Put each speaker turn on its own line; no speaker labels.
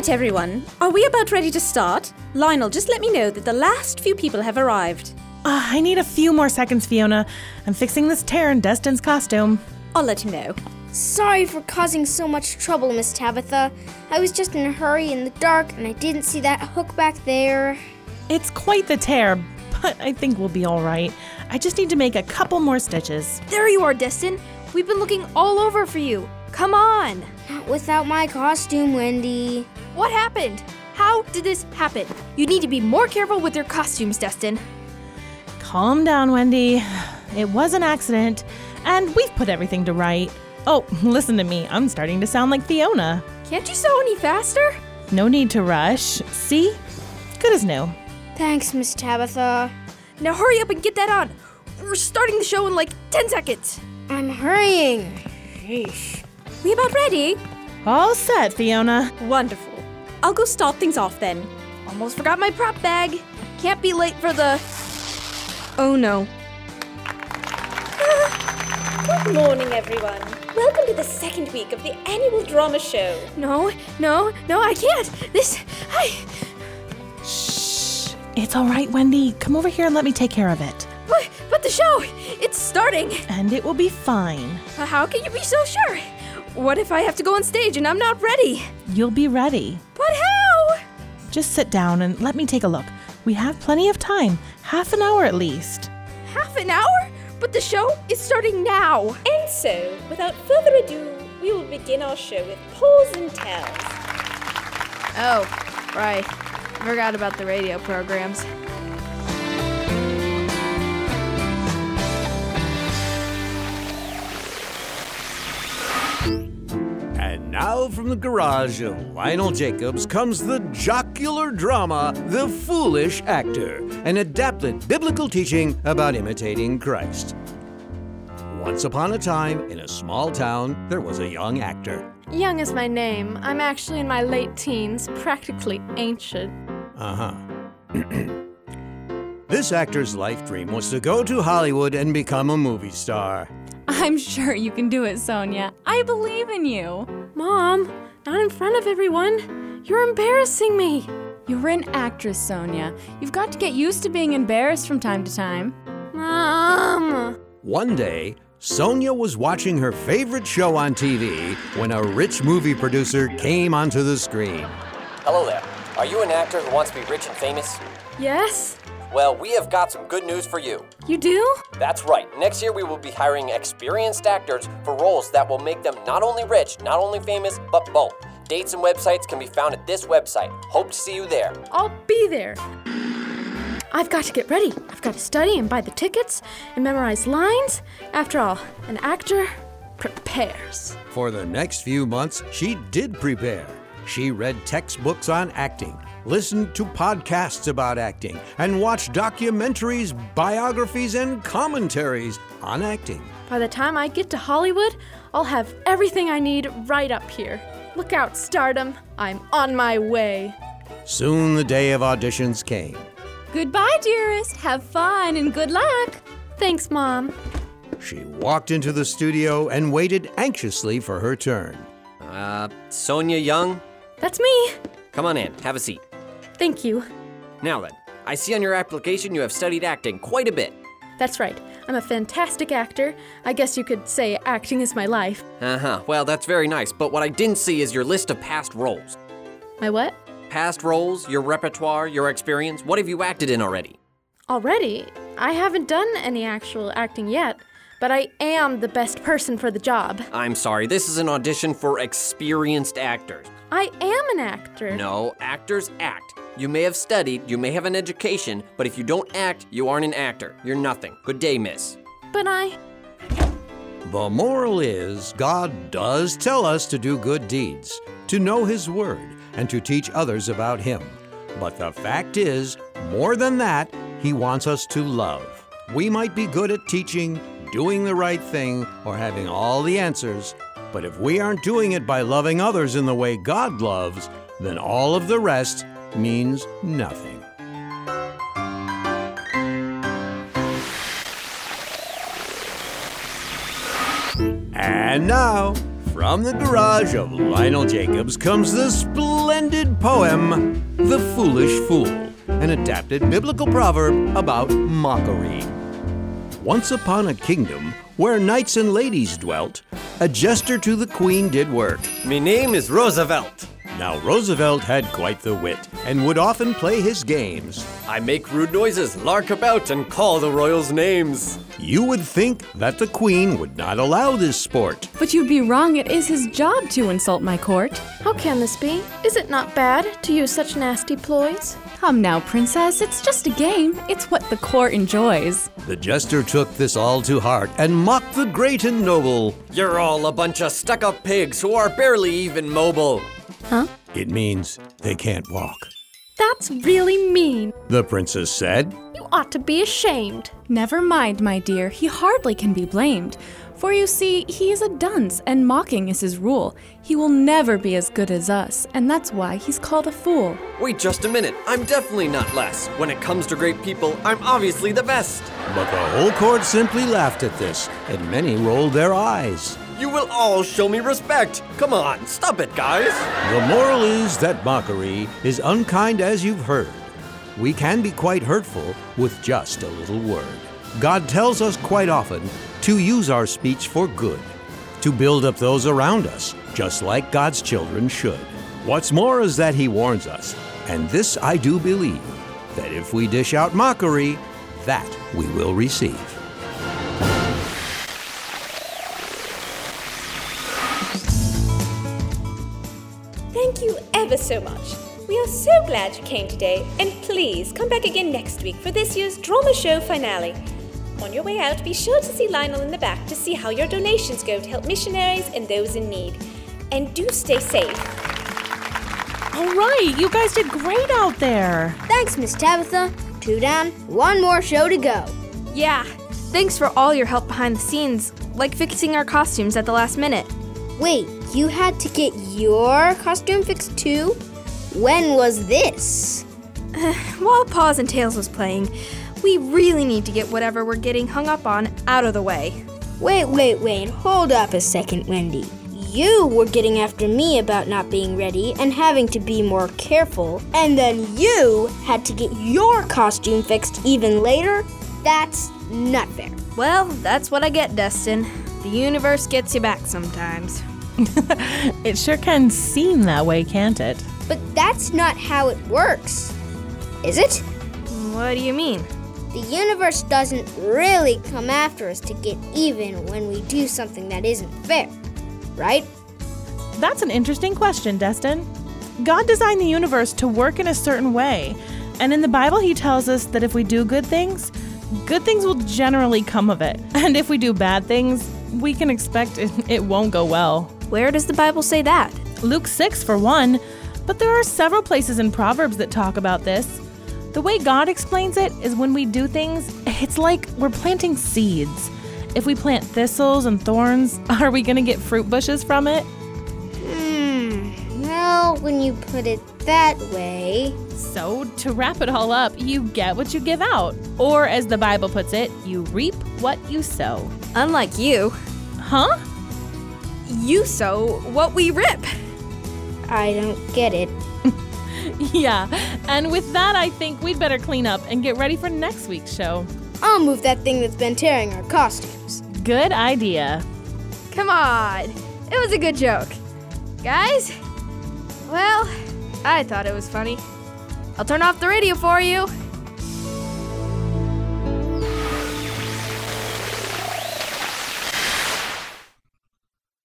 Right, everyone. Are we about ready to start? Lionel, just let me know that the last few people have arrived.
Ah, I need a few more seconds, Fiona. I'm fixing this tear in Destin's costume.
I'll let him know.
Sorry for causing so much trouble, Miss Tabitha. I was just in a hurry in the dark and I didn't see that hook back there.
It's quite the tear, but I think we'll be all right. I just need to make a couple more stitches.
There you are, Destin. We've been looking all over for you. Come on.
Not without my costume, Wendy.
What happened? How did this happen? You need to be more careful with your costumes, Destin.
Calm down, Wendy. It was an accident, and we've put everything to right. Oh, listen to me. I'm starting to sound like Fiona.
Can't you sew any faster?
No need to rush. See? Good as new.
Thanks, Miss Tabitha.
Now hurry up and get that on. We're starting the show in like 10 seconds.
I'm hurrying. Sheesh.
We about ready?
All set, Fiona.
Wonderful. I'll go start things off then.
Almost forgot my prop bag. Can't be late for the. Oh no.
Good morning, everyone. Welcome to the second week of the annual drama show.
No, no, no, I can't. This. I.
Shh. It's all right, Wendy. Come over here and let me take care of it.
But, but the show! It's starting!
And it will be fine.
How can you be so sure? What if I have to go on stage and I'm not ready?
You'll be ready.
But how?
Just sit down and let me take a look. We have plenty of time, half an hour at least.
Half an hour? But the show is starting now!
And so, without further ado, we will begin our show with Pulls and Tells.
Oh, right. Forgot about the radio programs.
And now from the garage of Lionel Jacobs comes the jocular drama, The Foolish Actor, an adapted biblical teaching about imitating Christ. Once upon a time, in a small town, there was a young actor.
Young is my name. I'm actually in my late teens, practically ancient.
Uh huh. this actor's life dream was to go to Hollywood and become a movie star.
I'm sure you can do it, Sonia. I believe in you. Mom, not in front of everyone. You're embarrassing me. You're an actress, Sonia. You've got to get used to being embarrassed from time to time. Mom!
One day, Sonia was watching her favorite show on TV when a rich movie producer came onto the screen.
Hello there. Are you an actor who wants to be rich and famous?
Yes?
Well, we have got some good news for you.
You do?
That's right. Next year, we will be hiring experienced actors for roles that will make them not only rich, not only famous, but both. Dates and websites can be found at this website. Hope to see you there.
I'll be there. I've got to get ready. I've got to study and buy the tickets and memorize lines. After all, an actor prepares.
For the next few months, she did prepare. She read textbooks on acting, listened to podcasts about acting, and watched documentaries, biographies, and commentaries on acting.
By the time I get to Hollywood, I'll have everything I need right up here. Look out, stardom. I'm on my way.
Soon the day of auditions came.
Goodbye, dearest. Have fun and good luck. Thanks, Mom.
She walked into the studio and waited anxiously for her turn.
Uh, Sonia Young?
That's me.
Come on in. Have a seat.
Thank you.
Now then, I see on your application you have studied acting quite a bit.
That's right. I'm a fantastic actor. I guess you could say acting is my life.
Uh huh. Well, that's very nice, but what I didn't see is your list of past roles.
My what?
Past roles, your repertoire, your experience. What have you acted in already?
Already? I haven't done any actual acting yet, but I am the best person for the job.
I'm sorry, this is an audition for experienced actors.
I am an actor.
No, actors act. You may have studied, you may have an education, but if you don't act, you aren't an actor. You're nothing. Good day, miss.
But I.
The moral is God does tell us to do good deeds, to know His Word, and to teach others about Him. But the fact is, more than that, He wants us to love. We might be good at teaching, doing the right thing, or having all the answers, but if we aren't doing it by loving others in the way God loves, then all of the rest means nothing. And now, From the garage of Lionel Jacobs comes the splendid poem, The Foolish Fool, an adapted biblical proverb about mockery. Once upon a kingdom where knights and ladies dwelt, a jester to the queen did work.
Me name is Roosevelt.
Now Roosevelt had quite the wit and would often play his games.
I make rude noises, lark about, and call the royals' names.
You would think that the queen would not allow this sport.
But you'd be wrong, it is his job to insult my court.
How can this be? Is it not bad to use such nasty ploys?
Come now, princess, it's just a game. It's what the court enjoys.
The jester took this all to heart and mocked the great and noble.
You're all a bunch of stuck up pigs who are barely even mobile.
It means they can't walk.
That's really mean.
The princess said,
You ought to be ashamed.
Never mind, my dear, he hardly can be blamed. For you see, he is a dunce, and mocking is his rule. He will never be as good as us, and that's why he's called a fool.
Wait just a minute, I'm definitely not less. When it comes to great people, I'm obviously the best.
but the whole court simply laughed at this, and many rolled their eyes.
You will all show me respect. Come on, stop it, guys.
The moral is that mockery is unkind as you've heard. We can be quite hurtful with just a little word. God tells us quite often to use our speech for good, to build up those around us, just like God's children should. What's more is that He warns us, and this I do believe, that if we dish out mockery, that we will receive.
Thank you ever so much. We are so glad you came today, and please come back again next week for this year's drama show finale. On your way out, be sure to see Lionel in the back to see how your donations go to help missionaries and those in need. And do stay safe.
All right, you guys did great out there.
Thanks, Miss Tabitha. Two down, one more show to go.
Yeah. Thanks for all your help behind the scenes, like fixing our costumes at the last minute.
Wait, you had to get your costume fixed too? When was this?
While Paws and Tails was playing, we really need to get whatever we're getting hung up on out of the way.
Wait, wait, wait. Hold up a second, Wendy. You were getting after me about not being ready and having to be more careful, and then you had to get your costume fixed even later? That's not fair.
Well, that's what I get, Dustin. The universe gets you back sometimes.
It sure can seem that way, can't it?
But that's not how it works. Is it?
What do you mean?
The universe doesn't really come after us to get even when we do something that isn't fair, right?
That's an interesting question, Destin. God designed the universe to work in a certain way. And in the Bible, he tells us that if we do good things, good things will generally come of it. And if we do bad things, we can expect it, it won't go well.
Where does the Bible say that?
Luke 6, for one, but there are several places in Proverbs that talk about this. The way God explains it is when we do things, it's like we're planting seeds. If we plant thistles and thorns, are we going to get fruit bushes from it?
Well, when you put it that way.
So, to wrap it all up, you get what you give out. Or, as the Bible puts it, you reap what you sow.
Unlike you,
Huh?
you sow what we rip.
I don't get it.
Yeah. And with that, I think we'd better clean up and get ready for next week's show.
I'll move that thing that's been tearing our costumes.
Good idea.
Come on. It was a good joke. Guys? Well, I thought it was funny. I'll turn off the radio for you.